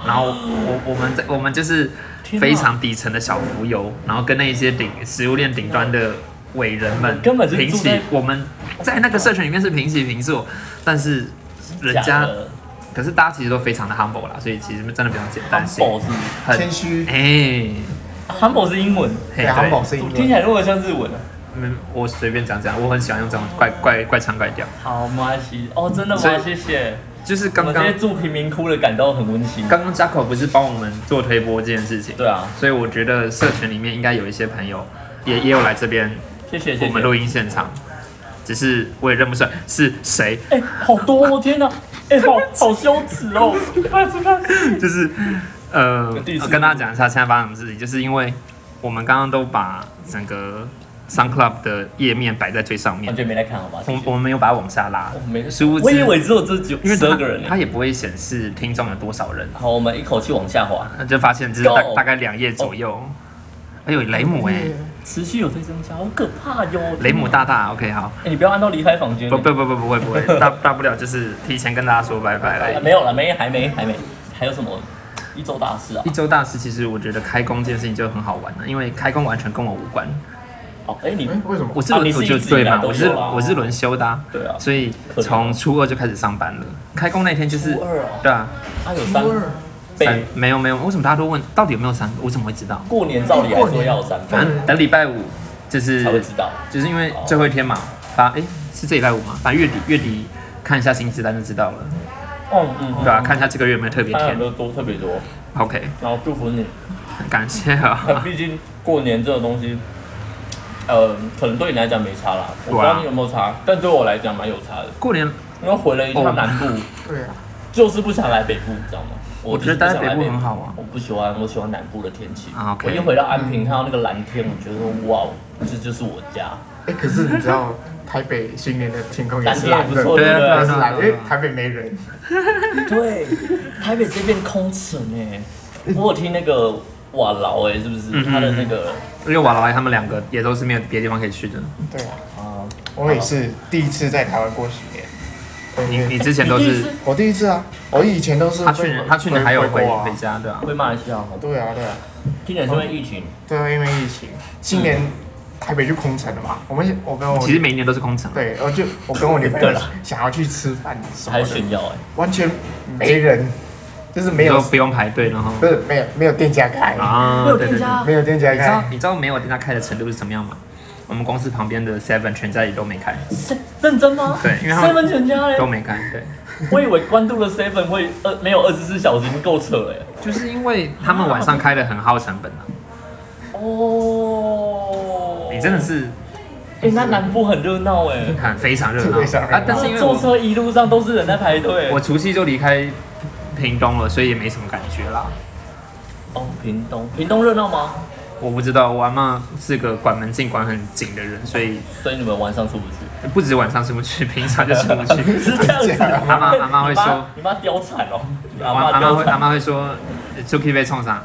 Speaker 1: 然后我我们在我们就是
Speaker 2: 天哪
Speaker 1: 非常底层的小浮游，然后跟那一些顶食物链顶端的伟人们，
Speaker 2: 根本是
Speaker 1: 平
Speaker 2: 住在
Speaker 1: 起，我们在那个社群里面是平起平坐，但是人
Speaker 2: 假
Speaker 1: 家
Speaker 2: 的
Speaker 1: 可是大家其实都非常的 humble 啦，所以其实真的不用简单心，
Speaker 2: humble 是
Speaker 1: 很
Speaker 3: 谦虚
Speaker 1: 哎、
Speaker 2: humble 是英文，
Speaker 1: 嘿
Speaker 3: 对，汉堡
Speaker 1: 对，
Speaker 3: 是英
Speaker 2: 听起
Speaker 3: 文，
Speaker 2: 来如果像日文啊。
Speaker 1: 嗯，我随便讲讲，我很喜欢用这种怪怪怪腔怪调，
Speaker 2: 好吗？西哦，真的
Speaker 1: 所
Speaker 2: 吗？
Speaker 1: 以
Speaker 2: 谢谢。
Speaker 1: 就是
Speaker 2: 我
Speaker 1: 刚
Speaker 2: 们
Speaker 1: 刚
Speaker 2: 这些住贫民窟的感到很温馨。
Speaker 1: 刚刚 Jaco 不是帮我们做推播这件事情，
Speaker 2: 对啊，
Speaker 1: 所以我觉得社群里面应该有一些朋友也也有来这边
Speaker 2: 谢谢
Speaker 1: 我
Speaker 2: 谢
Speaker 1: 们
Speaker 2: 谢。
Speaker 1: 录音现场，只是我也认不出来是谁，
Speaker 2: 哎，好多哦！天哪，哎，好好羞耻哦！看这看，
Speaker 1: 就是呃，
Speaker 2: 我第一次
Speaker 1: 我跟大家讲一下现在发生什么事情，就是因为我们刚刚都把整个 Sun Club 的页面摆在最上面
Speaker 2: 完，全没来看，好吧？谢
Speaker 1: 我
Speaker 2: 谢。
Speaker 1: 我们没有把它往下拉
Speaker 2: 我，哦没，
Speaker 1: 殊不知
Speaker 2: 我以为只有这九
Speaker 1: 因为
Speaker 2: 十
Speaker 1: 它
Speaker 2: 二个人呢
Speaker 1: 它。也不会显示听众有多少人，
Speaker 2: 好，我们一口气往下滑，
Speaker 1: 那就发现就是大
Speaker 2: Go
Speaker 1: 大概两页左右。哎呦，雷姆哎、
Speaker 2: 持续有在增加，好可怕哟！
Speaker 1: 雷姆大大，OK 好，
Speaker 2: 哎，你不要按到离开房间。
Speaker 1: 不不不不不会不会，大大不了就是提前跟大家说拜拜
Speaker 2: 哎
Speaker 1: 了。
Speaker 2: 没有了，没，还没，还没，还有什么一周大事啊
Speaker 1: 一？周大事，其实我觉得开工这件事情就很好玩了，因为开工完全跟我无关，
Speaker 2: 哦，哎，你
Speaker 3: 哎，为什么
Speaker 1: 我？是
Speaker 2: 啊
Speaker 1: 轮、
Speaker 2: 你是
Speaker 1: 我就
Speaker 2: 一直以
Speaker 1: 对
Speaker 2: 来
Speaker 1: 嘛，
Speaker 2: 都
Speaker 1: 我是
Speaker 2: 有啊
Speaker 1: 我是轮休的、啊，
Speaker 2: 对啊
Speaker 1: 所以
Speaker 2: 可怜
Speaker 1: 从初二就开始上班了。开工那天就是
Speaker 2: 初二哦
Speaker 1: 对啊，
Speaker 2: 他有三
Speaker 1: 三
Speaker 2: 倍，
Speaker 1: 没有没有，为什么大家都问到底有没有三个？我怎么会知道？
Speaker 2: 过年照理来说要有三倍
Speaker 1: 反
Speaker 3: 嗯
Speaker 1: 正等礼拜五就是
Speaker 2: 才会知道。
Speaker 1: 就是因为最后一天嘛，发哎、是这礼拜五嘛，反正月底月底看一下薪资单就知道了，
Speaker 2: 嗯嗯，
Speaker 3: 哦
Speaker 1: 对吧、啊？看一下这个月有没有特别
Speaker 2: 看很
Speaker 1: 天
Speaker 3: 嗯
Speaker 2: 多多特别多，
Speaker 1: ，OK，
Speaker 2: 然后祝福你。
Speaker 1: 感谢啊。
Speaker 2: 毕竟过年这个东西，呃，可能对你来讲没差啦，我不知道你有没有差，但对我来讲蛮有差的，
Speaker 1: 过年
Speaker 2: 因为回了一趟南部，
Speaker 3: 对啊，
Speaker 2: 就是不想来北部，你知道吗？
Speaker 1: 我觉得
Speaker 2: 就是不想
Speaker 1: 待在
Speaker 2: 来
Speaker 1: 北部
Speaker 2: 部
Speaker 1: 很好啊
Speaker 2: 我不喜欢，我喜欢南部的天气。
Speaker 1: 啊，OK
Speaker 2: 我一回到安平，看到那个蓝天，我觉得说哇，这就是我家。
Speaker 3: 哎，可是你知道台北新年的天空也
Speaker 2: 蓝
Speaker 3: 是
Speaker 2: 天
Speaker 3: 蓝
Speaker 2: 也不
Speaker 3: 的，
Speaker 2: 错
Speaker 3: 对
Speaker 1: 对啊
Speaker 2: 对
Speaker 1: 对
Speaker 2: 啊
Speaker 1: 啊
Speaker 3: 是
Speaker 1: 对
Speaker 3: 蓝
Speaker 1: 啊
Speaker 3: 的，因为台北没人，
Speaker 2: 对，台北这边空城哎、我有听那个瓦劳哎、是不是
Speaker 1: 嗯嗯
Speaker 2: 他的那个
Speaker 1: 因为瓦劳他们两个也都是没有别的地方可以去的。
Speaker 3: 对啊，
Speaker 2: 啊？
Speaker 3: 我也是第一次在台湾过新年。
Speaker 1: 你
Speaker 3: 对
Speaker 1: 你之前都
Speaker 2: 你第一次
Speaker 1: 是
Speaker 3: 我第一次啊，我以前都是
Speaker 1: 他去年
Speaker 3: 回
Speaker 1: 他去年还有回
Speaker 3: 国啊
Speaker 1: 回家对啊，
Speaker 2: 回马来西亚好多，
Speaker 3: 对啊，对啊，
Speaker 2: 哦听起来是因为疫情，
Speaker 3: 对啊，因为疫情，今年台北就空城了嘛。我们我跟我
Speaker 1: 嗯其实每一年都是空城。啊
Speaker 3: 对，我就我跟我女朋友
Speaker 2: 对了
Speaker 3: 想要去吃饭什么
Speaker 2: 还
Speaker 3: 的，
Speaker 2: 炫耀哎、
Speaker 3: 完全没人，就是没
Speaker 1: 你
Speaker 3: 有
Speaker 1: 说不用排队，然后
Speaker 3: 不是没有没有店家开，
Speaker 1: 啊，对对对，
Speaker 2: 啊
Speaker 3: 没有店家
Speaker 1: 你知道
Speaker 3: 开，
Speaker 1: 你知道没有店家开的程度是什么样吗？我们公司旁边的 Seven 全家也都没开，
Speaker 2: 是认真吗？
Speaker 1: 嗯对因为他们
Speaker 2: Seven 全家嘞欸
Speaker 1: 都，没开。对，
Speaker 2: 我以为关渡的 Seven 会呃没有二十四小时，已经够扯欸了耶。
Speaker 1: 就是因为他们晚上开的很耗成本啊。
Speaker 2: 哦，
Speaker 1: 你真的是
Speaker 2: 哎、那南部很热闹哎，
Speaker 1: 看非常热
Speaker 3: 非常
Speaker 1: 闹
Speaker 3: 热闹
Speaker 1: 啊，但是因为
Speaker 2: 坐
Speaker 1: 我
Speaker 2: 车一路上都是人在排队。
Speaker 1: 我除夕就离开屏东了，所以也没什么感觉啦。
Speaker 2: 哦，屏东，屏东热闹吗？
Speaker 1: 我不知道，我阿妈是个管门禁管很紧的人，所以
Speaker 2: 所以你们晚上出不去，
Speaker 1: 不止晚上出不去，平常就出不去。
Speaker 2: 是这样子。
Speaker 1: 阿妈阿妈会说
Speaker 2: 你妈貂蝉哦，你
Speaker 1: 我
Speaker 2: 阿
Speaker 1: 阿
Speaker 2: 妈
Speaker 1: 阿妈会
Speaker 2: 貂
Speaker 1: 阿
Speaker 2: 蝉。
Speaker 1: 妈会说出去被冲上，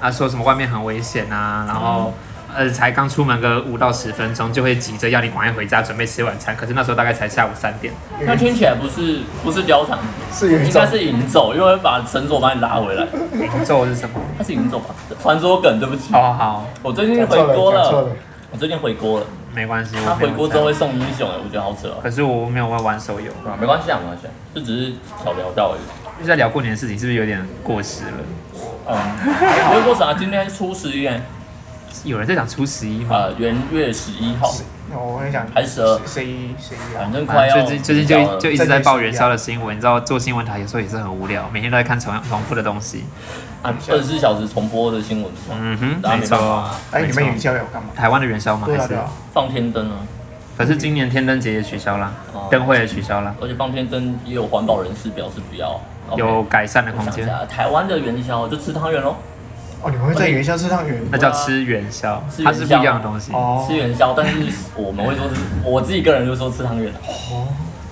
Speaker 1: 啊说什么外面很危险啊，然后。呃，才刚出门个五到十分钟，就会急着要你赶快回家准备吃晚餐。可是那时候大概才下午三点，
Speaker 2: 那听起来不是不是貂蝉，
Speaker 3: 是有一
Speaker 2: 应
Speaker 3: 种
Speaker 2: 该是引走，因为会把绳索把你拉回来。
Speaker 1: 你咒是 什么？
Speaker 2: 它是引走吧？传说梗，对不起，
Speaker 1: 好哦好，
Speaker 2: 我最近
Speaker 3: 讲
Speaker 2: 回
Speaker 3: 错了，
Speaker 2: 锅
Speaker 3: 讲错
Speaker 2: 了
Speaker 3: 了，，
Speaker 2: 我最近回锅了。
Speaker 1: 没关系。
Speaker 2: 他
Speaker 1: 我没
Speaker 2: 回
Speaker 1: 有
Speaker 2: 锅之
Speaker 1: 在
Speaker 2: 后会送英雄，哎，我觉得好扯哦。
Speaker 1: 可是我没有玩玩手游，
Speaker 2: 啊，没关系啊，没关系啊，这只是小聊到而已。
Speaker 1: 就是在聊过年的事情，是不是有点过时了？
Speaker 2: 嗯， 回锅啥？今天初十一哎，
Speaker 1: 有人在讲初十一吗？
Speaker 2: 呃，元月十一号，
Speaker 3: 那哦我很想
Speaker 2: 还是十二
Speaker 3: 谁谁谁啊
Speaker 2: 反？正呃
Speaker 1: 反
Speaker 2: 快要
Speaker 1: 正最近最近
Speaker 2: 比较
Speaker 1: 就
Speaker 2: 了
Speaker 1: 就一直在
Speaker 2: 啊
Speaker 1: 报元宵的新闻，你知道做新闻台有时候也是很无聊，每天都在看重样重复的东西。
Speaker 2: 啊，二十四小时重播的新闻是吗？
Speaker 1: 嗯哼，
Speaker 2: 大家
Speaker 1: 没
Speaker 2: 没办法
Speaker 1: 错
Speaker 2: 啊。
Speaker 3: 哎，
Speaker 1: 没
Speaker 3: 你
Speaker 1: 错
Speaker 3: 们元宵有干嘛？
Speaker 1: 台湾的元宵吗？
Speaker 3: 对
Speaker 1: 还
Speaker 3: 啊
Speaker 1: 是
Speaker 3: 对？啊，
Speaker 2: 放天灯啊，
Speaker 1: 可是今年天灯节也取消了
Speaker 2: 哦，
Speaker 1: 灯会也取消了，
Speaker 2: 而且放天灯也有环保人士表示不要。OK，
Speaker 1: 有改善的
Speaker 2: 我
Speaker 1: 空
Speaker 2: 想一
Speaker 1: 间。
Speaker 2: 下，台湾的元宵就吃汤圆喽，
Speaker 3: 哦，你们会在元宵吃汤圆？
Speaker 1: 那叫吃元宵
Speaker 2: 啊吃，
Speaker 1: 它
Speaker 2: 元宵
Speaker 1: 是不一样的东西。
Speaker 3: 哦
Speaker 2: 吃元宵，但是我们会说是，我自己个人就说吃汤圆啊，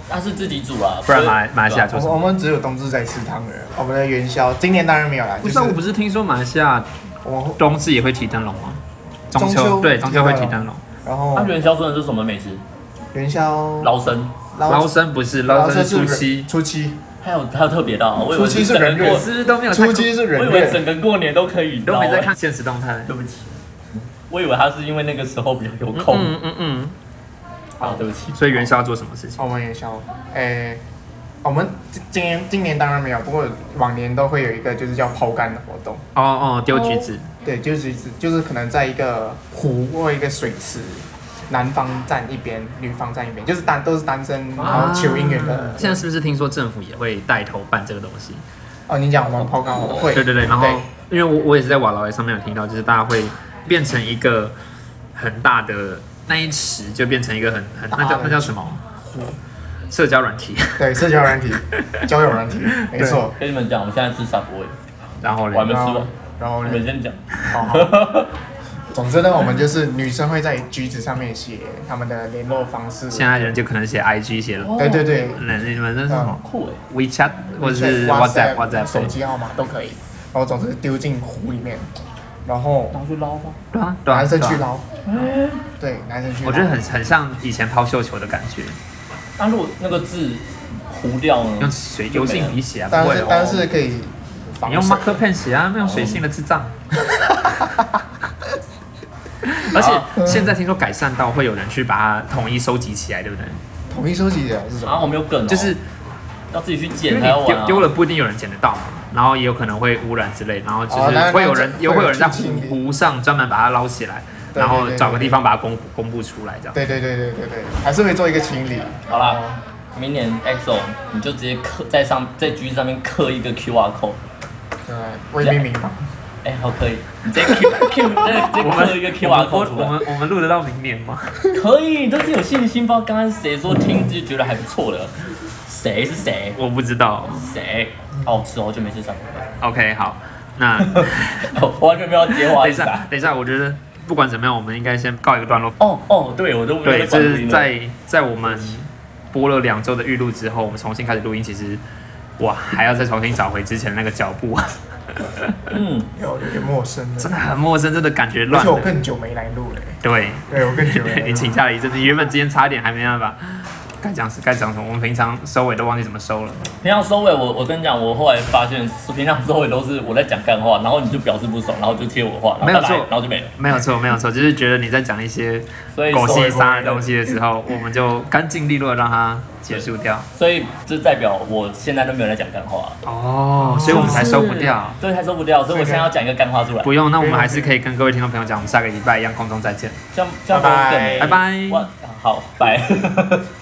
Speaker 2: 那是自己煮啊，
Speaker 1: 哦不然
Speaker 2: 所以
Speaker 1: 马来马来西亚做
Speaker 2: 对啊
Speaker 3: 我
Speaker 1: 什
Speaker 3: 们我
Speaker 1: 么？
Speaker 3: 们只有冬至在吃汤圆，我们的元宵今年当然没有啦，
Speaker 1: 不，
Speaker 3: 就是是
Speaker 1: 我不是听说马来西亚
Speaker 3: 我们
Speaker 1: 冬至也会提灯笼吗？中
Speaker 3: 中
Speaker 1: 秋
Speaker 3: 秋
Speaker 1: 对中秋会提灯笼，
Speaker 3: 然后
Speaker 2: 那元宵真的是什么美食？
Speaker 3: 元宵
Speaker 2: 捞生，
Speaker 1: 捞生不是捞
Speaker 3: 然后
Speaker 1: 生
Speaker 3: 这
Speaker 1: 是初七，
Speaker 3: 初七
Speaker 2: 还有还有特别的啊，我以为
Speaker 3: 初七是
Speaker 2: 整个
Speaker 3: 人
Speaker 2: 过，
Speaker 3: 月
Speaker 1: 我是不是都没有在
Speaker 3: 初七是
Speaker 2: 我以
Speaker 3: 人
Speaker 2: 为整
Speaker 3: 月，
Speaker 2: 个过年都可以
Speaker 1: 都
Speaker 2: 捞
Speaker 1: 没在
Speaker 2: 欸
Speaker 1: 看现实动态。
Speaker 2: 对不起，我以为他是因为那个时候比较有空
Speaker 1: 嗯嗯嗯。
Speaker 2: 啊，对不起。
Speaker 1: 所以元宵要做什么事情？
Speaker 3: 我们元宵，诶，我们今今年今年当然没有，不过往年都会有一个就是叫抛竿的活动，
Speaker 1: 哦哦，丢橘子。
Speaker 3: 对，就是就是可能在一个湖或一个水池。男方站一边，女方站一边，就是单都是单身，
Speaker 1: 啊哦
Speaker 3: 然后啊求姻缘的。
Speaker 1: 现在是不是听说政府也会带头办这个东西？
Speaker 3: 哦，你讲我们抛竿我会，
Speaker 1: 对对对，然后因为我我也是在瓦劳上面有听到，就是大家会变成一个很大的那一池，就变成一个很很那叫那叫什么？社交软体。
Speaker 3: 对社交软体、交友软体，没错。
Speaker 2: 跟你们讲，我现在吃沙波味，
Speaker 1: 然后
Speaker 2: 我还没
Speaker 1: 嘞，
Speaker 2: 吃完
Speaker 3: 然后，然后
Speaker 2: 你
Speaker 3: 呢
Speaker 2: 们先讲。
Speaker 3: 好好总之呢，我们就是女生会在橘子上面写他们的联络方式。
Speaker 1: 现在人就可能写 IG 写了，
Speaker 3: 对对对，
Speaker 1: 那你们那是什么
Speaker 2: 酷哎，
Speaker 1: WeChat 或者是 WhatsApp
Speaker 3: WhatsApp
Speaker 1: WhatsApp
Speaker 3: 手机号码都可以。然后总之丢进湖里面，然后
Speaker 2: 拿去捞吧。
Speaker 1: 对啊对啊，
Speaker 3: 男生去
Speaker 1: 对啊
Speaker 3: 捞。对，男生去捞。
Speaker 1: 我觉得很很像以前抛绣球的感觉，
Speaker 2: 那如果那个字糊掉呢
Speaker 1: 用？水油性笔写啊，
Speaker 3: 当
Speaker 1: 不
Speaker 3: 然
Speaker 1: 会
Speaker 3: 嗯是
Speaker 1: 哦。
Speaker 3: 当然是可以防
Speaker 1: 你用
Speaker 3: 水
Speaker 1: marker pen 写啊，那种水性的智 障。而
Speaker 3: 嗯
Speaker 1: 且现在听说改善到会有人去把它统一收集起来，对不对？
Speaker 3: 统一收集的是什
Speaker 2: 啊，
Speaker 3: 么？
Speaker 2: 我没有梗哦，
Speaker 1: 就是
Speaker 2: 要自己去
Speaker 1: 因为
Speaker 2: 捡才要
Speaker 1: 你
Speaker 2: 玩
Speaker 1: 丢
Speaker 2: 啊。
Speaker 1: 丢了不一定有人捡得到嘛，然后也有可能会污染之类，然后就
Speaker 3: 哦
Speaker 1: 是
Speaker 3: 那
Speaker 1: 会有人
Speaker 3: 那
Speaker 1: 又会有人在
Speaker 3: 会
Speaker 1: 湖
Speaker 3: 有人
Speaker 1: 湖上专门把它捞起来，
Speaker 3: 对
Speaker 1: 然后
Speaker 3: 对对
Speaker 1: 找个
Speaker 3: 对
Speaker 1: 地方把它公布公布出来这样。
Speaker 3: 对对对对对对，还是会做一个清理。
Speaker 2: 好啦，明年 EXO 你就直接刻在上在 G 上面刻一个 QR code，
Speaker 3: 对，未命名嘛。
Speaker 2: 哎，好可以，你直接 Q Q 那直接
Speaker 1: 我
Speaker 2: 刻
Speaker 1: 们
Speaker 2: 一个
Speaker 1: 我们
Speaker 2: QR code 出
Speaker 1: 我
Speaker 2: 来，
Speaker 1: 们我们录得到明年吗？
Speaker 2: 可以，你都是有信心。不知道刚刚谁说听就觉得还不错的，谁是谁？
Speaker 1: 我不知道。
Speaker 2: 谁？好吃哦，好久没 吃上面
Speaker 1: OK，好，那
Speaker 2: 我完全没有接话
Speaker 1: 等
Speaker 2: 一
Speaker 1: 一下
Speaker 2: 下。
Speaker 1: 等一下，我觉得不管怎么样，我们应该先告一个段落。
Speaker 2: 哦哦，对，我都没有
Speaker 1: 对，就
Speaker 2: 管
Speaker 1: 是
Speaker 2: 你
Speaker 1: 在在我们播了两周的预录之后，我们重新开始录音，其实我还要再重新找回之前那个脚步，
Speaker 2: 嗯，
Speaker 3: 有有点陌生
Speaker 1: 真
Speaker 3: 的，
Speaker 1: 的很陌生，真的感觉
Speaker 3: 而
Speaker 1: 乱
Speaker 3: 且我
Speaker 1: 了。
Speaker 3: 更久没来录了欸。
Speaker 1: 对，
Speaker 3: 对我更久没来啊录
Speaker 1: 你请假了一阵子，原本今天差点还没办法该讲是该讲什么，我们平常收尾都忘记怎么收了。
Speaker 2: 平常收尾我，我跟你讲，我后来发现，平常收尾都是我在讲干话，然后你就表示不爽，然后就接我话，然
Speaker 1: 没
Speaker 2: 后
Speaker 1: 有
Speaker 2: 拜拜
Speaker 1: 错
Speaker 2: 然后就没了。
Speaker 1: 没有错，没有错，就是觉得你在讲一些
Speaker 2: 所以
Speaker 1: 狗
Speaker 2: 收尾
Speaker 1: 屁杀人东西的时候，我们就干净利落地让它结束掉。
Speaker 2: 所以这代表我现在都没有在讲干话，
Speaker 1: 哦，所以我们才收不掉。
Speaker 2: 对，还收不掉，所以我现在要讲一个干话出来，
Speaker 1: 不用，那我们还是可以跟各位听众朋友讲，我们下个礼拜一样空中再见，
Speaker 2: 这样这样
Speaker 3: 拜拜
Speaker 2: 会更
Speaker 1: 拜拜。
Speaker 2: 我好拜。